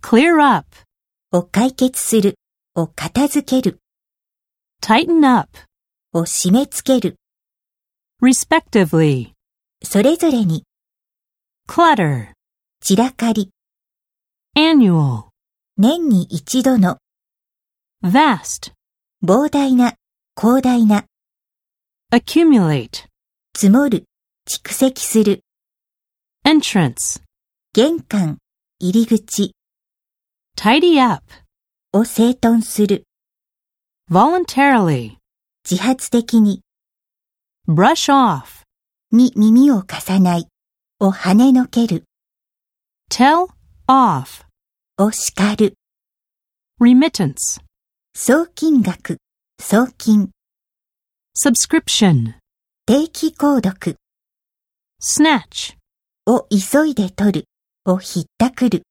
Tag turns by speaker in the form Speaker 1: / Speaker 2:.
Speaker 1: Clear up.
Speaker 2: を解決する、を片付ける、
Speaker 1: Tighten up.
Speaker 2: を締め付ける、
Speaker 1: Respectively.
Speaker 2: それぞれに、
Speaker 1: Clutter.
Speaker 2: 散らかり、
Speaker 1: Annual.
Speaker 2: 年に一度の、
Speaker 1: Vast.
Speaker 2: 膨大な、広大な、
Speaker 1: Accumulate.
Speaker 2: 積もる、蓄積する、
Speaker 1: Entrance.
Speaker 2: 玄関、入り口、
Speaker 1: Tidy up.
Speaker 2: を整頓する、
Speaker 1: Voluntarily.
Speaker 2: 自発的に、
Speaker 1: Brush off.
Speaker 2: に耳を貸さない、を跳ねのける、
Speaker 1: Tell off.
Speaker 2: を叱る、
Speaker 1: Remittance.
Speaker 2: 送金額、送金、
Speaker 1: Subscription.
Speaker 2: 定期購読、
Speaker 1: Snatch.
Speaker 2: を急いで取る、をひったくる。